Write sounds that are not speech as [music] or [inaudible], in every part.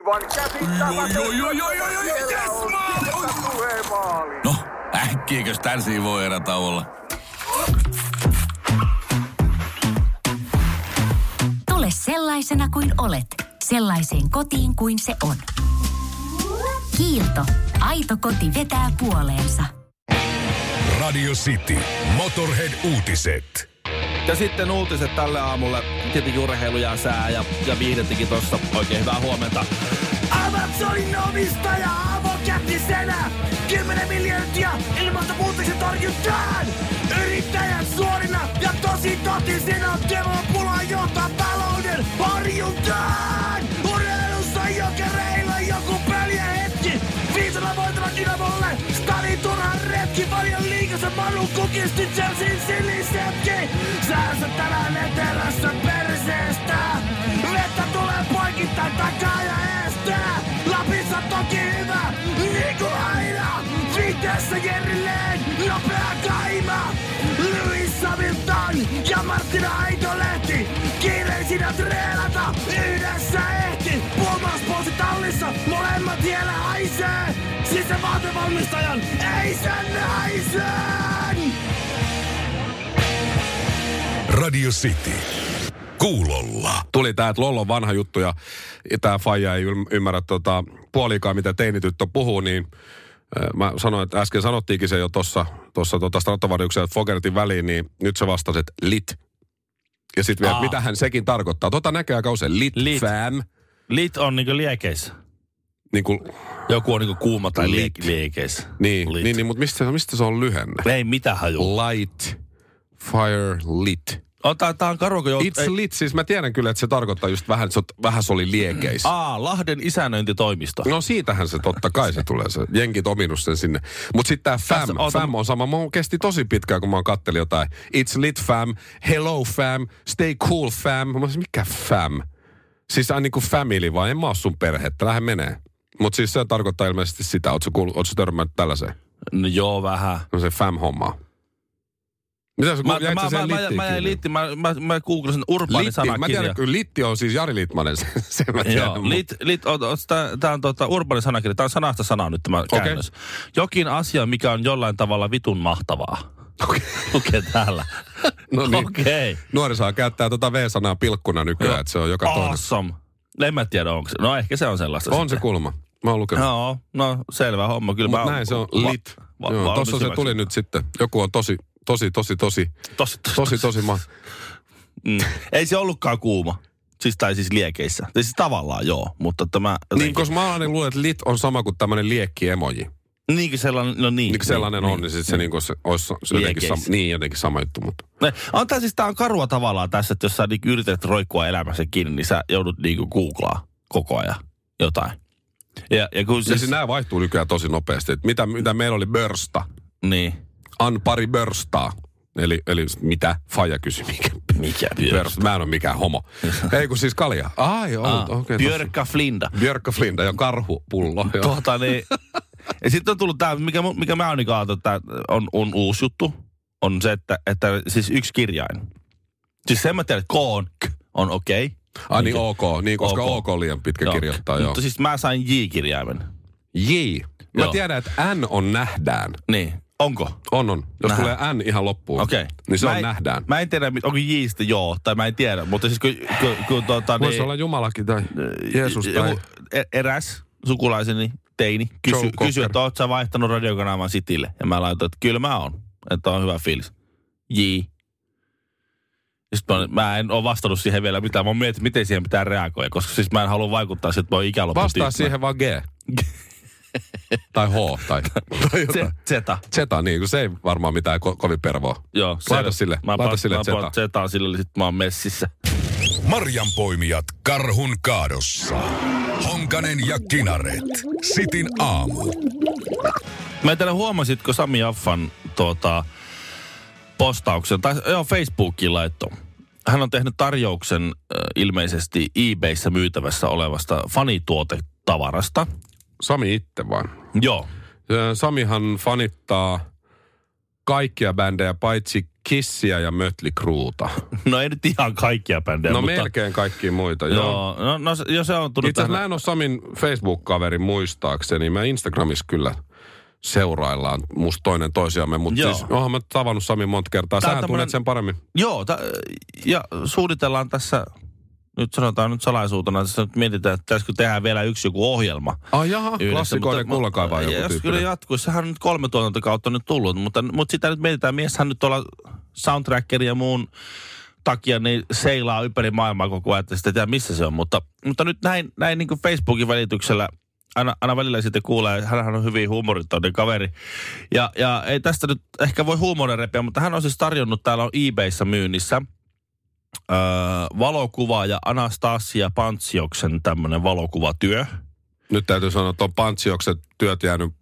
aivan käsittämätöntä. Oi, oi, oi, oi, oi, Siellä yes, on maali! Sirkka Suhe maali. No, äkkiäkös tän voi erätauolla? Tule sellaisena kuin olet, sellaiseen kotiin kuin se on. Kiilto. Aito koti vetää puoleensa. Radio City. Motorhead-uutiset. Ja sitten uutiset tälle aamulle. Tietenkin urheilu ja sää ja, ja viihdettikin tossa. Oikein hyvää huomenta. Amazonin omistaja avokätisenä! 10 miljardia ilmastonmuutoksen torjuntaan! Yrittäjän suorina ja tosi totisena demopula johtaa talouden horjuntaan! Urheilussa jokereilla joku pöljä hetki! Viisalla voitava Dynamolle! Stalin turhan retki! Valion liikassa Manu kukisti Chelsean sinisetki! Säänsä tänään etelässä perseestä! Vettä tulee poikittain takaa ja estää! Lapissa toki hyvä, niin kuin aina! Viiteessä Jerry Lehn, nopea kaima! Louis Hamilton ja Martina Aitolehti! Kiireisinä treenata, yhdessä ehti! Puomauspuosi tallissa, molemmat vielä haisee! Siis se vaatevalmistajan, ei sen naisen! Radio City. Kuulolla. tuli tämä, että Lollo on vanha juttu ja tämä faija ei yl- ymmärrä tota, puolikaa, mitä teinityttö puhuu, niin ö, mä sanoin, että äsken sanottiinkin se jo tuossa tossa, tota Stratovariuksen ja Fogertin väliin, niin nyt se vastasi, että lit. Ja sitten vielä, Aa. että mitähän sekin tarkoittaa. Tota näkee aika usein, lit, Lit. lit. fam. Lit on niinku liekeissä. Niin, kuin, Joku on niinku kuuma tai Lit. liek- liekeissä. niin, Lit. niin, Mm. niin mutta mistä, se- mistä se on lyhenne? Ei mitään haju. Light, fire, lit. Ota, tää on karu, kun jout- ei- It's lit, siis mä tiedän kyllä, että se tarkoittaa just vähän, se, on- vähän se oli liekeis. Aa, Lahden isännöintitoimisto. No siitähän se totta kai se tulee, se jenkit ominut sen sinne. Mutta sitten tämä Tässä fam, on fam on sama. Mä kesti tosi pitkään, kun mä oon kattelin jotain. It's lit fam, hello fam, stay cool fam. Mä sanoin, mikä fam? Siis aina niin kuin family vai en mä oo sun perhettä, lähde menee. Mutta siis se tarkoittaa ilmeisesti sitä, ootko kuullut, ootko törmännyt tällaiseen? No joo, vähän. No se fam-hommaa. Mitä sä Mä, kuulit, mä, jäit sä mä, mä, siihen mä, mä jäin littiin litti, mä, mä, mä googlasin urbaani Litti, mä sanakirja. tiedän, kyllä litti on siis Jari Litmanen, sen, [laughs] sen mä tiedän. Joo, mut- lit, lit, o, o, tää, tää on tota, urbaani sanakirja, tää on sanasta sanaa nyt tämä Okei. käännös. Jokin asia, mikä on jollain tavalla vitun mahtavaa. Okei. Lukee täällä. [laughs] No niin. Okei. Nuori saa käyttää tuota V-sanaa pilkkuna nykyään, Joo. että se on joka toinen. Awesome. En mä tiedä, onko se. No ehkä se on sellaista. On se kulma. Mä oon lukenut. No, no selvä homma. Kyllä Mut mä oon- näin se on va- lit. va- Joo, valmis tossa se hyväksymään. tuli nyt sitten. Joku on tosi, tosi, tosi, tosi, Tosi, tosi, tosi, tosi ma... Mm. Ei se ollutkaan kuuma. Siis, tai siis liekeissä. Tai siis tavallaan joo, mutta tämä... Niin, koska mä aina luulen, että lit on sama kuin tämmöinen liekki-emoji. Niinkö sellainen, no niin. Niin, kun sellainen on, niin sit se, niin se olisi se jotenkin, Liekeissä. sama, niin, jotenkin sama juttu. Mutta. Ne, on tää siis, tää on karua tavallaan tässä, että jos sä niinku yrität roikkua elämässä kiinni, niin sä joudut niinku googlaa koko ajan jotain. Ja, ja kun Ja siis, siis nämä vaihtuu nykyään tosi nopeasti. Et mitä, mitä meillä oli börsta? niin. An pari börstaa. Eli, eli mitä? Faija kysyi, mikä Mikä Börst, mä en ole mikään [laughs] homo. Ei kun siis kalja. Ai, Aa, on, okei. Okay, Björkka Flinda. Björkka Flinda ja karhupullo. joo. Tuota, niin, [laughs] ja sitten on tullut tämä, mikä, mu- mikä mä oon niinku ajatellut, että on, on uusi juttu, on se, että, että siis yksi kirjain. Siis sen mä tiedän, että K on, K on okei. Okay. Ai niin, ok. Niin, koska OK. OK, on liian pitkä kirjoittaa, joo. Mutta siis mä sain J-kirjaimen. J. Mä Joo. tiedän, että N on nähdään. Niin. Onko? On, on. Jos Nähdään. tulee N ihan loppuun, Okei. niin se Mä on en- nähdään. Mä en tiedä, mit- onko Jistä joo, tai mä en tiedä, mutta siis kun, kun, kun tota, Voisi niin, olla Jumalakin tai Jeesus tai... joku e- eräs sukulaiseni, teini, kysy, Joe kysy Cocker. että oot sä vaihtanut radiokanavan Citylle? Ja mä laitoin, että kyllä mä oon, että on hyvä fiilis. J. Sitten mä, mä en ole vastannut siihen vielä mitään. Mä oon miettinyt, miten siihen pitää reagoida, koska siis mä en halua vaikuttaa siihen, että mä oon ikäloppu Vastaa siihen vaan G. [laughs] tai H tai, tai jotain. Zeta. Zeta, niin kun se ei varmaan mitään ko- kovin pervoa. Joo, Laita selvä. sille, Mä laita pa- sille mä Zeta. Zetaan sille, sit mä oon messissä. Marjanpoimijat karhun kaadossa. Honkanen ja Kinaret. Sitin aamu. Mä en tiedä, huomasitko Sami Jaffan tuota, postauksen, tai joo, Facebookiin laitto. Hän on tehnyt tarjouksen äh, ilmeisesti eBayssä myytävässä olevasta fanituotetavarasta. Sami itse vaan. Joo. [laughs] Samihan fanittaa kaikkia bändejä paitsi Kissiä ja Mötli Kruuta. No ei nyt ihan kaikkia bändejä, No mutta... melkein kaikki muita, joo. Joo, no, no se- jos se on tullut Itse asiassa mä tähän... en ole Samin Facebook-kaveri muistaakseni. Me Instagramissa kyllä seuraillaan musta toinen toisiamme, mutta Joo. siis onhan mä tavannut Samin monta kertaa. Tää on Sähän tämmönen- tunnet sen paremmin. Joo, ta, ja suunnitellaan tässä, nyt sanotaan nyt salaisuutena, tässä nyt mietitään, että pitäisikö tehdä vielä yksi joku ohjelma. Ai jaha, yhdessä, klassikoiden mutta- kullakaivaa ja joku Jos kyllä tyyppinen. jatkuisi, sehän on nyt kolme tuotantokautta nyt tullut, mutta, mutta sitä nyt mietitään, mieshän nyt tuolla soundtrackerin ja muun takia niin seilaa ympäri maailmaa koko ajan, että sitä ei tiedä missä se on, mutta, mutta nyt näin, näin niin kuin Facebookin välityksellä aina, aina välillä sitten kuulee, hänhän on hyvin huumorintoinen kaveri. Ja, ja ei tästä nyt ehkä voi huumorin repiä, mutta hän on siis tarjonnut, täällä on eBayssä myynnissä, öö, valokuvaaja Anastasia Pantsioksen tämmöinen valokuvatyö. Nyt täytyy sanoa, että on pantsiokset työt jäänyt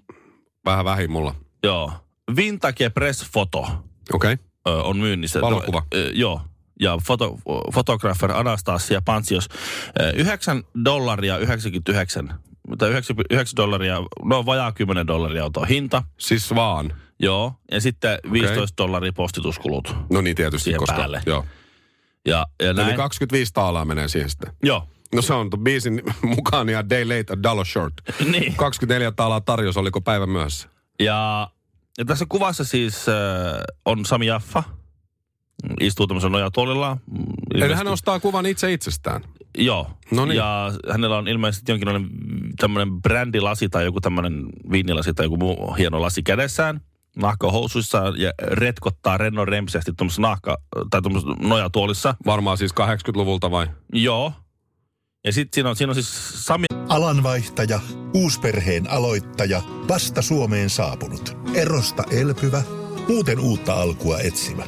vähän vähin mulla. Joo. Vintage Press Photo Okei. Okay. ö, on myynnissä. Valokuva. Ö, joo. Ja foto, fotografer Anastasia Pantsios. Ö, 9 dollaria 99. Tai 9, 9 dollaria, no vajaa 10 dollaria on tuo hinta. Siis vaan. Joo. Ja sitten 15 dollaria postituskulut. No niin tietysti, Siihen koska... päälle. Joo. Ja, ja näin. Eli 25 taalaa menee siihen sitten. Joo. No se on tuon biisin [laughs] mukaan ja day late a dollar [laughs] short. [laughs] Niin. 24 taalaa tarjous, oliko päivä myöhässä? Ja, ja tässä kuvassa siis äh, on Sami Jaffa. Istuu tämmöisen nojatuolilla. Mm, Eli ilmeisesti- hän ostaa kuvan itse itsestään. Joo. No niin. Ja hänellä on ilmeisesti jonkinlainen tämmöinen brändilasi tai joku tämmöinen viinilasi tai joku muu hieno lasi kädessään. Nahkahousuissa ja retkottaa rennon remseästi tuommoisessa nahka- tai tuommoisessa nojatuolissa. Varmaan siis 80-luvulta vai? Joo. Ja sitten siinä on, siinä on siis Sami Alanvaihtaja, uusperheen aloittaja, vasta Suomeen saapunut, erosta elpyvä, muuten uutta alkua etsimä.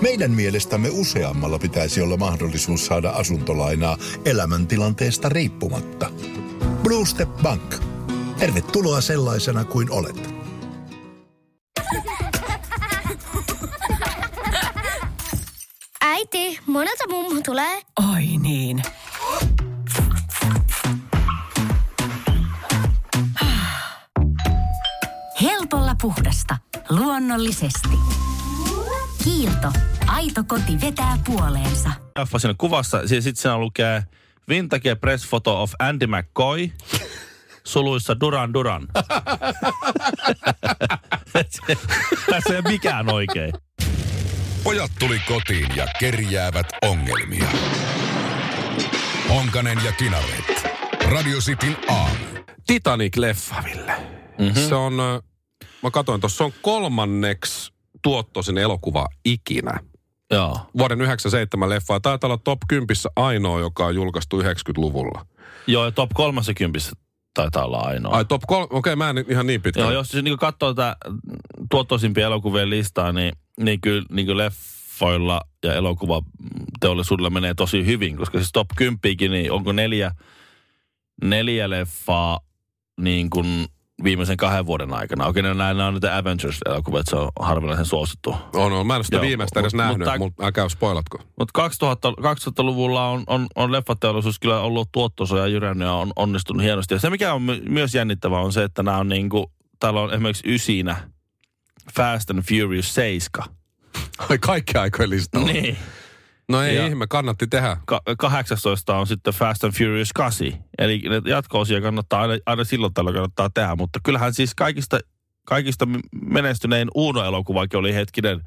Meidän mielestämme useammalla pitäisi olla mahdollisuus saada asuntolainaa elämäntilanteesta riippumatta. Blue Step Bank. Tervetuloa sellaisena kuin olet. Äiti, monelta mummu tulee? Ai niin. Helpolla puhdasta. Luonnollisesti. Kiilto. Aito koti vetää puoleensa. Jaffa siinä kuvassa. Sitten siinä lukee Vintage Press Photo of Andy McCoy suluissa Duran Duran. [laughs] Tässä ei ole mikään oikein. Pojat tuli kotiin ja kerjäävät ongelmia. Honkanen ja Kinaret. Radio Cityn aamu. Titanic-leffa, Ville. Mhm. Mm-hmm. Se on, ö, mä katsoin tuossa, se on kolmanneksi tuottoisin elokuva ikinä. Joo. Vuoden 97 leffaa. Taitaa olla top 10 ainoa, joka on julkaistu 90-luvulla. Joo, ja top 30 taitaa olla ainoa. Ai top 3, okei okay, mä en ihan niin pitkä. Joo, jos siis niin katsoo tätä tuottoisimpien elokuvien listaa, niin, niin kyllä niin kuin leffoilla ja elokuvateollisuudella menee tosi hyvin, koska siis top 10 niin onko neljä, neljä leffaa niin kuin viimeisen kahden vuoden aikana. Okei, nämä, nämä on niitä Avengers-elokuvia, että se on harvinaisen suosittu. On, on. Mä en ole sitä Joo, viimeistä edes mut- nähnyt, mutta- mutta älkää [laughs] spoilatko. Mutta 2000, 2000-luvulla on, on, on leffateollisuus kyllä ollut tuottosa ja jyrännyt ja on onnistunut hienosti. Ja se mikä on my- myös jännittävää on se, että nämä on niinku, täällä on esimerkiksi ysinä Fast and Furious 7. Ai kaikki aikojen listalla. Niin. No ei Ja- ihme, kannatti tehdä. Ka- 18 on sitten Fast and Furious 8. Eli ne jatko-osia kannattaa aina, aina silloin tällä kannattaa tehdä, mutta kyllähän siis kaikista, kaikista menestynein Uuno-elokuvakin oli hetkinen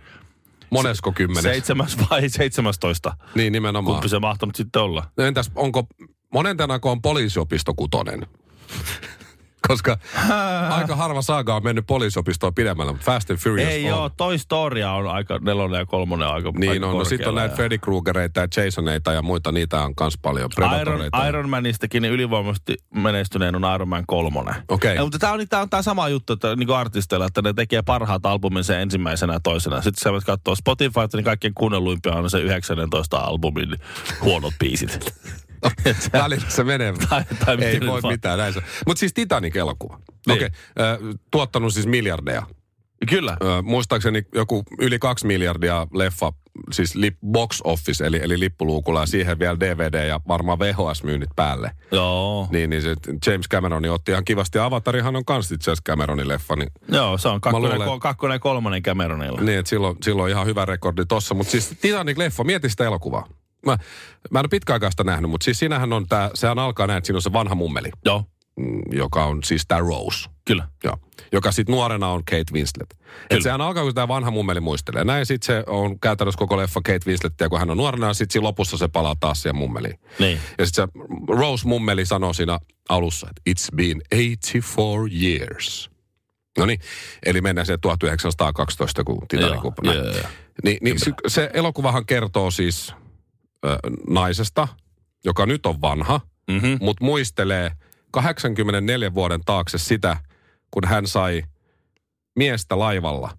Monesko kymmenes? seitsemäs vai 17. niin, nimenomaan. Kumpi se mahtanut sitten olla? No entäs, onko, monen ako on poliisiopisto kutonen? [laughs] Koska aika harva saaga on mennyt poliisiopistoon pidemmällä, mutta Fast and Furious Ei on. joo, Toy Storya on aika nelonen ja kolmonen aika Niin aika on. No sitten on korkealla näitä Freddy Kruegereita ja Jasoneita ja muita, niitä on kans paljon. ja Iron, Predatoreita. Iron Manistakin niin ylivoimaisesti menestyneen on Iron Man kolmonen. Okei. Ja, mutta tämä on, niin, tää on tää sama juttu, että niinku artisteilla, että ne tekee parhaat albuminsa ensimmäisenä ja toisena. Sitten sä voit katsoa Spotify, niin kaikkein kuunnelluimpia on se 19 albumin huonot biisit. [laughs] [laughs] Välillä se menee, Tai- tai miten ei nyt voi vaan. mitään näin. Mutta siis Titanic-elokuva. Niin. Okei, ö, tuottanut siis miljardeja. Kyllä. Ö, muistaakseni joku yli kaksi miljardia leffa, siis lip, box office, eli, eli lippuluukulla, ja siihen vielä DVD ja varmaan VHS-myynnit päälle. Joo. Niin, niin se James Cameron otti ihan kivasti. Avatarihan on kans itse asiassa Cameronin leffa, niin, Joo, se on kakkonen, luulen- ko- kakkonen ja kolmonen Cameronilla. niin että silloin, silloin ihan hyvä rekordi tossa. Mutta siis Titanic-leffa, mieti sitä elokuvaa. Mä, mä en ole pitkäaikaista nähnyt, mutta siis siinähän on tää, sehän alkaa näin, että siinä on se vanha mummeli, Joo, mm, joka on siis tää Rose. kyllä. Joo. Joka sitten nuorena on Kate Winslet. Et sehän alkaa, kun tämä vanha mummeli muistelee. Näin sitten se on käytännössä koko leffa Kate Winslettiä, kun hän on nuorena, ja sitten siinä lopussa se palaa taas siihen mummeliin. Niin. Ja sitten se Rose mummeli sanoo siinä alussa, että it's been 84 years. No niin, eli mennään sinne 1912, kun Titanic Joo, upposi. Näin. joo, joo. Niin, niin se, se elokuvahan kertoo siis ö, naisesta, joka nyt on vanha, Mhm. mutta muistelee 84 vuoden taakse sitä, kun hän sai miestä laivalla,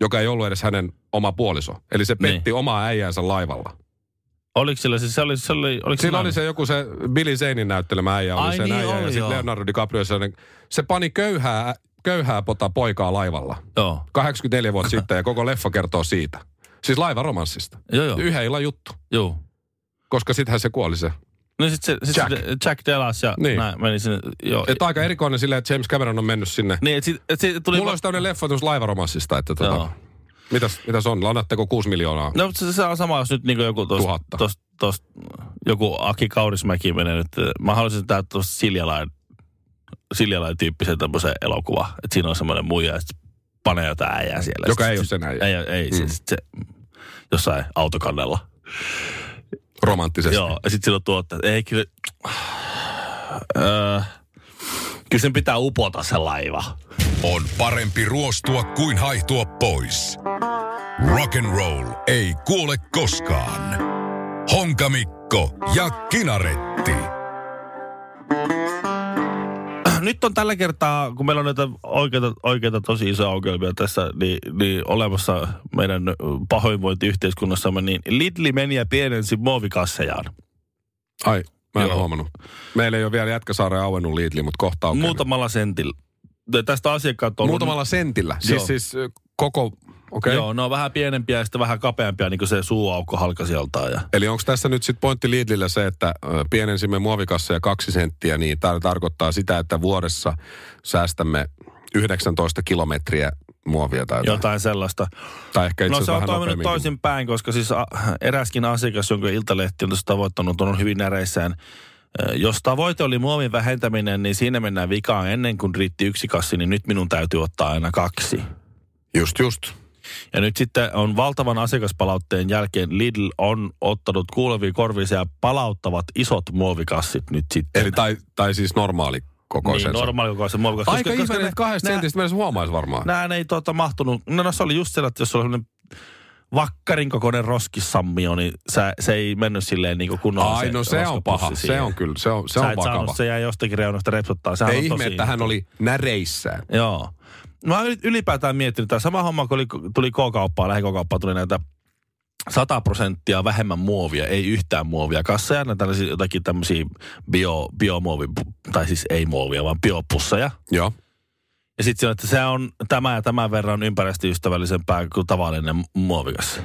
joka ei ollut edes hänen oma puoliso. Eli se Niin. petti omaa äijänsä laivalla. No Oliko sillä siis, se oli, se oli, oliko Siinä nainen? oli se joku se Billy Zanein näyttelemä äijä, oli Ai se niin äijä, oli, ja joo. sitten Leonardo DiCaprio, se, se pani köyhää, köyhää pota poikaa laivalla. Joo, 84 [laughs] vuotta sitten ja koko leffa kertoo siitä. Siis laivaromanssista. joo, joo. Yhden illan juttu, joo. koska sittenhän se kuoli se. No sit se, sit Jack. Jack. se Jack Delas ja Niin. niin. näin meni sinne. Joo. Et aika erikoinen silleen, että James Cameron on mennyt sinne. niin, et sit, et sit tuli... Mulla olisi tämmöinen leffa tuossa laivaromanssista, että Joo. tota, mitäs, mitäs on, annatteko 6 miljoonaa? No, mutta se, se on sama, jos nyt niinku joku tosta, Tuhatta. tosta, tosta, joku Aki Kaurismäki menee nyt. eh, Mä haluaisin tehdä tuosta Siljalain, Siljalain tyyppisen tämmöisen elokuva. Että siinä on semmoinen muija, että panee jotain äijää siellä. Joka Sit- ei oo sit- sen äijä. Ei, ei mm. se, sit se, jossain autokannella. Romanttisesti. Joo, ja sitten silloin tuotta, että ei kyllä... Öö, kyllä sen pitää upota se laiva. On parempi ruostua kuin haihtua pois. Rock and roll ei kuole koskaan. Honkamikko ja Kinaretti. Nyt on tällä kertaa, kun meillä on näitä oikeita, oikeita tosi isoja ongelmia tässä, niin, niin olemassa meidän ö, pahoinvointiyhteiskunnassamme, niin Lidli meni ja pienensi muovikassejaan. Ai, mä en Joo. ole huomannut. Meillä ei ole vielä Jätkäsaaren auennut Lidli, mutta kohta on Okay. kyllä. Muutamalla sentillä. Ja Tästä asiakkaat on ollut- Muutamalla sentillä. Siis, Joo. siis ö, koko, okei. Okay. Joo, ne on vähän pienempiä ja sitten vähän kapeampia, niin kuin se suuaukko halkasijaltaan. Ja... Eli onko tässä nyt sitten pointti Lidlillä se, että ö, pienensimme muovikasseja kaksi senttiä, niin tämä tarkoittaa sitä, että vuodessa säästämme 19 kilometriä muovia tai, jotain. Jotain sellaista. tai ehkä itse No se asiassa on vähän toiminut nopeamminkin. toisinpäin, koska siis a, eräskin asiakas, jonka Iltalehti on tässä tavoittanut, on ollut hyvin näreissään. Ö, Jos tavoite oli muovin vähentäminen, niin siinä mennään vikaan ennen kuin riitti yksi kassi, niin nyt minun täytyy ottaa aina kaksi. Just, just. Ja nyt sitten on valtavan asiakaspalautteen jälkeen Lidl on ottanut kuuleviin korviinsa ja palauttavat isot muovikassit nyt sitten. Eli tai, tai siis normaali niin, kokoisensa. normaali kokoisen muovikassi. Aika ihmeinen, että kahdesta nää- sentistä mä edes huomaisi varmaan. Nää ei tuota mahtunut. No, no se oli just sillä, että jos sulla on sellainen vakkarin kokoinen roskissammio, niin sä, se ei mennyt silleen niin kuin kunnolla. Ai, no se on roskapussi paha. Se siihen. on kyllä, se on, se sä on et vakava. saanut, se jäi jostakin reunasta repsuttaa. Sehän Ei on ihme, tosi- että hän oli näreissään. Joo. Mä oon yli- ylipäätään miettinyt, tämä sama homma, kun oli, tuli K-kauppaan, lähi-K-kauppaan tuli näitä 100 prosenttia vähemmän muovia, ei yhtään muovia. Kasseja, näitä tällaisia jotakin tämmöisiä bio, biomuovi, tai siis ei muovia, vaan biopusseja. Joo. Ja sitten sanoi, että se on tämä ja tämän verran ympäristöystävällisempää kuin tavallinen muovikassi.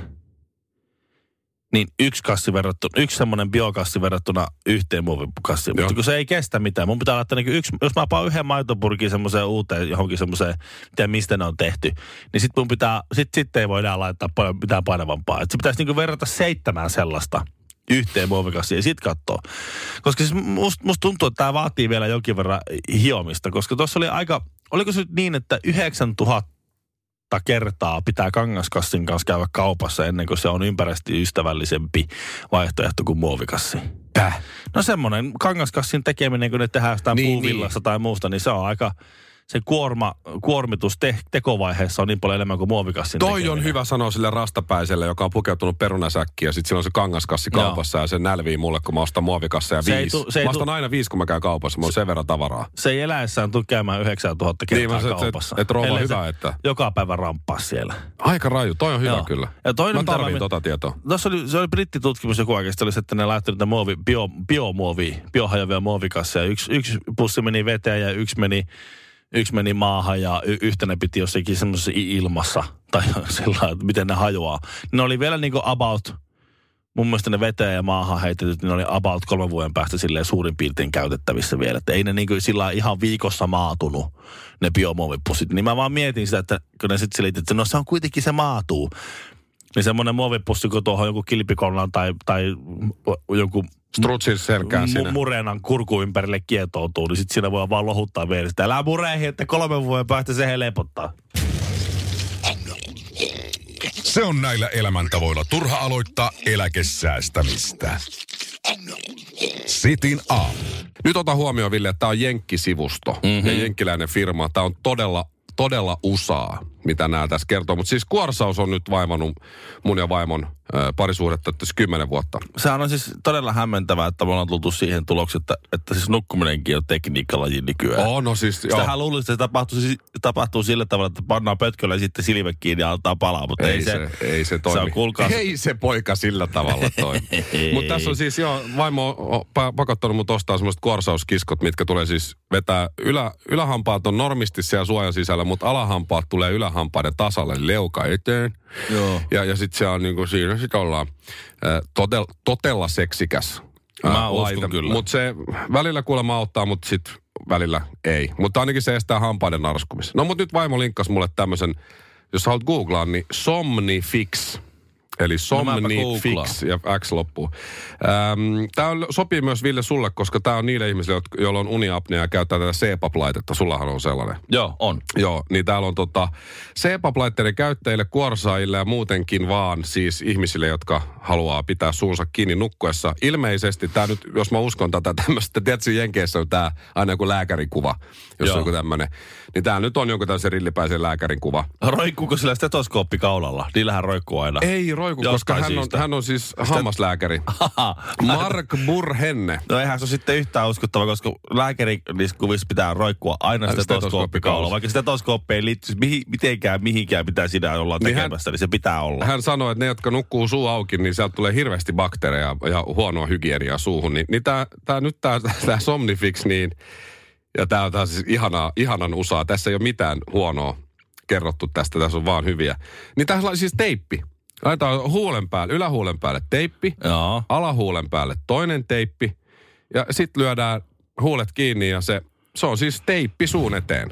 Niin yksi kassi verrattuna, yksi semmoinen biokassi verrattuna yhteen muovikassiin. Joo. Mutta kun se ei kestä mitään, mun pitää laittaa niin yksi, jos mä paan yhden maitopurkin semmoiseen uuteen johonkin semmoiseen, mitä mistä ne on tehty, niin sitten mun pitää, sit, sit ei voida laittaa paljon mitään painavampaa. Et se pitäisi niinku verrata seitsemään sellaista yhteen muovikassiin ja sit katsoo. Koska siis musta must tuntuu, että tämä vaatii vielä jonkin verran hiomista, koska tuossa oli aika, oliko se nyt niin, että 9000 kertaa pitää kangaskassin kanssa käydä kaupassa ennen kuin se on ympäristöystävällisempi vaihtoehto kuin muovikassi. Täh. No semmoinen kangaskassin tekeminen, kun ne tehdään jostain Niin, niin, puuvillasta niin. tai muusta, niin se on aika, se kuorma, kuormitus te, tekovaiheessa on niin paljon enemmän kuin muovikassin Toi tekeminen. on hyvä sanoa sille rastapäiselle, joka on pukeutunut perunasäkkiin ja sitten sillä on se kangaskassi Joo. kaupassa ja se nälvii mulle, kun mä ostan muovikasseja Se ei viisi. tu- se ei mä ostan tu- aina viisi, kun mä käyn kaupassa. Mulla on sen verran tavaraa. Se ei eläessään tule käymään 9000 Niin, kertaa mä sanoin, että- kaupassa. että rouva Ellei hyvä, se että- Joka päivä ramppaa siellä. Aika raju, toi on hyvä Joo. kyllä. Ja toinen, mä mitä tarviin mä- tota tietoa. Tuossa oli, se oli brittitutkimus joku oikeasti, oli se, että ne laittoi niitä muovi, bio, biomuovi, biohajoavia muovikasseja. Yksi, yksi pussi meni veteen ja yksi meni, yksi meni maahan ja y- yhtenä piti jossakin semmoisessa i- ilmassa, tai [laughs] sillä lailla, että miten ne hajoaa. Ne oli vielä niinku about, mun mielestä ne veteen ja maahan heitetyt, niin ne oli about kolmen vuoden päästä silleen suurin piirtein käytettävissä vielä. Että ei ne niinku sillä lailla ihan viikossa maatunut, ne biomuovipussit. Niin mä vaan mietin sitä, että kun ne sitten selitit, että no se on kuitenkin se maatuu. Niin semmoinen muovipussi, kun tuohon joku kilpikollan tai, tai joku Strutsin selkään mu- sinä. murenan kurku ympärille kietoutuu, niin sitten siinä voi vaan lohuttaa vielä sitä. Älä murehi, että kolmen vuoden päästä se helpottaa. Se on näillä elämäntavoilla turha aloittaa eläkesäästämistä. Sitin aamu. Nyt ota huomioon, Ville, että tämä on jenkkisivusto Mhm. mm-hmm. ja jenkkiläinen firma. Tämä on todella, todella usaa, mitä nämä tässä kertoo. Mutta siis kuorsaus on nyt vaivannut mun ja vaimon ö, parisuhdetta tässä kymmenen vuotta. Sehän on siis todella hämmentävää, että me ollaan tultu siihen tulokseen, että, että siis nukkuminenkin on tekniikkalaji nykyään. Oh, no siis, joo. Sitähän luulisi, että se tapahtuu, siis- tapahtuu sillä tavalla, että pannaan pötkölle ja sitten silmä kiinni ja antaa palaa, mutta ei, Ei se, ei se toimi. Se on, kuulkaa, ei se poika sillä tavalla [laughs] toimi. Mutta tässä on siis, joo, vaimo on- on pa- pakottanut mut ostaa semmoiset kuorsauskiskot, mitkä tulee siis vetää, ylä, ylähampaat on normisti siellä suojan sisällä, mutta alahampaat tulee ylähampaiden tasalle leuka eteen. Joo. Ja, ja sitten se on niinku, siinä sit ollaan äh, totel, totella seksikäs äh, Mä uskon kyllä. Mutta se välillä kuulemma auttaa, mutta sitten välillä ei. Mutta ainakin se estää hampaiden narskumisen. No mutta nyt vaimo linkkasi mulle tämmöisen, jos haluat googlaa, niin Somnifix. Eli No mäpä Somnifix googlaan. ja X loppuu. Tämä sopii myös Ville sulle, koska tämä on niille ihmisille, jotka- joilla on uniapnea ja käyttää tätä E CPAP-laitetta. Sullahan on sellainen. joo, on. Joo, niin täällä on tota CPAP-laitteiden käyttäjille, kuorsaajille ja muutenkin vaan siis ihmisille, jotka haluaa pitää suunsa kiinni nukkuessa. Ilmeisesti tämä nyt, jos mä uskon tätä [laughs] tämmöistä, tiedätkö Jenkeissä on tämä aina joku lääkärikuva, jos Joo. on joku tämmöinen. Niin tämä nyt on jonkun tämmöisen rillipäisen lääkärin kuva. Ah. Roikkuuko sillä stetoskooppi kaulalla? Niillähän roikkuu aina. Ei roiku, Jostain koska hän on, syystä. hän on siis hammaslääkäri. Mark Burhenne. [laughs] No eihän se ole sitten yhtään uskottava, koska lääkärin niissä kuvissa pitää roikkua aina sitä Stetoskooppi toskooppikaulaa. kaulassa. Vaikka sitä toskooppi ei liittyisi mihin, mitenkään mihinkään, mitä sinä ollaan Niin hän- tekemässä, niin se pitää olla. Hän sanoi, että ne, jotka nukkuu suu auki, niin sieltä tulee hirveästi bakteereja ja huonoa hygieniaa suuhun. Niin, niin tämä tää, nyt tämä tää Somnifix, niin, ja tämä on tää on siis ihanaa, ihanan usaa. Tässä ei ole mitään huonoa kerrottu tästä, tässä on vaan hyviä. Niin tässä on siis teippi. Laitetaan huulen päälle, ylähuulen päälle teippi, Joo. alahuulen päälle toinen teippi, ja sitten lyödään huulet kiinni ja se, se on siis teippi suun eteen.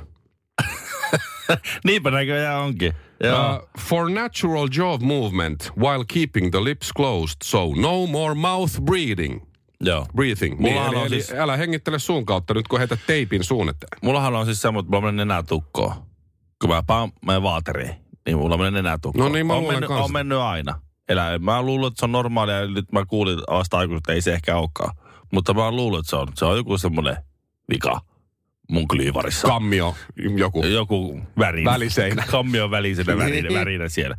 Niinpä näköjään onkin. Joo. Uh, for natural jaw movement while keeping the lips closed, so no more mouth breathing. Joo. Breathing. Mullahan eli, on eli siis- älä hengittele suun kautta nyt, kun heität teipin suun eteen. Mullahan on siis semmoinen, että mulla menee nenä tukkoon. Kun mä paan meidän vaateriin, niin mulla menee nenä tukkoon. No niin, mä on luulen mennyt, kanssa. on mennyt aina. Elä, mä luulen, että se on normaalia. ja Nyt mä kuulin vasta aikuiset, että ei se ehkä olekaan. Mutta mä luulen, että se on, se on joku semmoinen vika mun klyyvarissa. Kammio, joku. joku värinä. [laughs] Väliseinä. Kammio välisenä värinä, Niin. värinä siellä.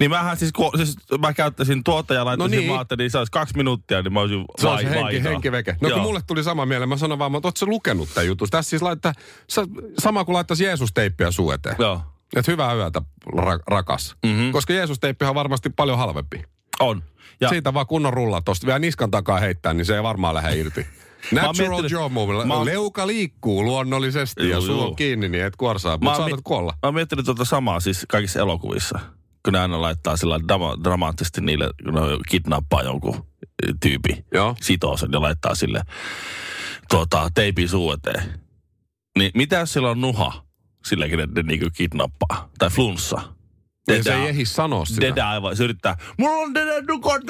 Niin mähän siis, ku, siis mä käyttäisin tuota ja No laittaisin no niin. niin. vaatteen, niin se olisi kaksi minuuttia, niin mä olisin Se on vai- se henki, vaihtaa. henkiveke. No kun Joo. mulle tuli sama mieleen, mä sanon vaan, että ootko sä lukenut tämän jutun? Tässä siis laittaa, sa- sama kuin laittaisi Jeesus teippiä suun eteen. Joo, Et hyvää yötä, ra- rakas. Mm-hmm. Koska Jeesus teippihän on varmasti paljon halvempi. on. Ja Siitä vaan kunnon rulla tosta vielä niskan takaa heittää, niin se ei varmaan lähde irti. [laughs] Natural miettinyt- jaw mä movement. oon- Leuka liikkuu luonnollisesti ja Juu, suu juu. on kiinni, niin et kuorsaa, mä mutta oon saatat mi- kuolla. Mä oon miettinyt tuota samaa siis kaikissa elokuvissa. Kun ne aina laittaa sillä dama- dramaattisesti niille, kun ne kidnappaa jonkun eh, tyypin. Joo. Sitoo sen ja laittaa sille tuota, teipin suu eteen. Niin mitä jos sillä on nuha? Silläkin, että ne niinku kidnappaa. Tai flunssa. Ja se ei ehdi sanoa sitä. Dedä aivan, se yrittää, mulla on dedä nukot.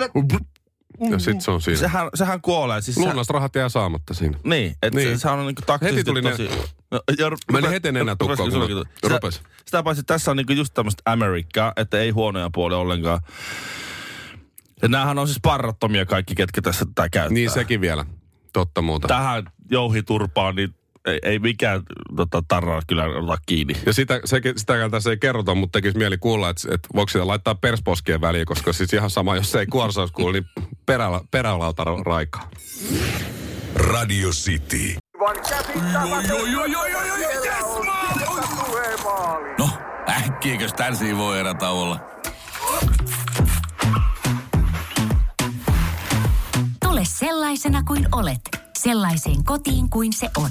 Ja sit se on siinä. Sehän, sehän kuolee. Siis sehän- Lunnasrahat jää saamatta siinä. niin, että Niin. niin. sehän on niinku taktisesti Heti tuli ne- tosi... No, ja ru- Meni heti nenä tukkoon, rupesikin kun mä- sulkeutua. Ja Sitä- rupesi. Sitä paitsi tässä on niinku just tämmöistä Amerikkaa, että ei huonoja puolia ollenkaan. Ja näähän on siis parrattomia kaikki, ketkä tässä tätä käyttää. Niin sekin vielä. Totta muuta. Tähän jouhiturpaan, niin ei, ei mikään tota, tarraa kyllä ota kiinni. Ja sitä, sekin, sitäkään tässä ei kerrota, mutta tekisi mieli kuulla, että, että voiko sitä laittaa persposkien väliin, koska siis ihan sama, jos ei kuorsaus kuulu, niin perälä, perälauta ra- raikaa. Radio City. Aivan käsittämätöntä. Oi, oi, oi, oi, oi, Siellä yes, on maali! sieltä tulee maali. No, äkkiäkös tän siinä voi erätä olla? Tule sellaisena kuin olet, sellaiseen kotiin kuin se on.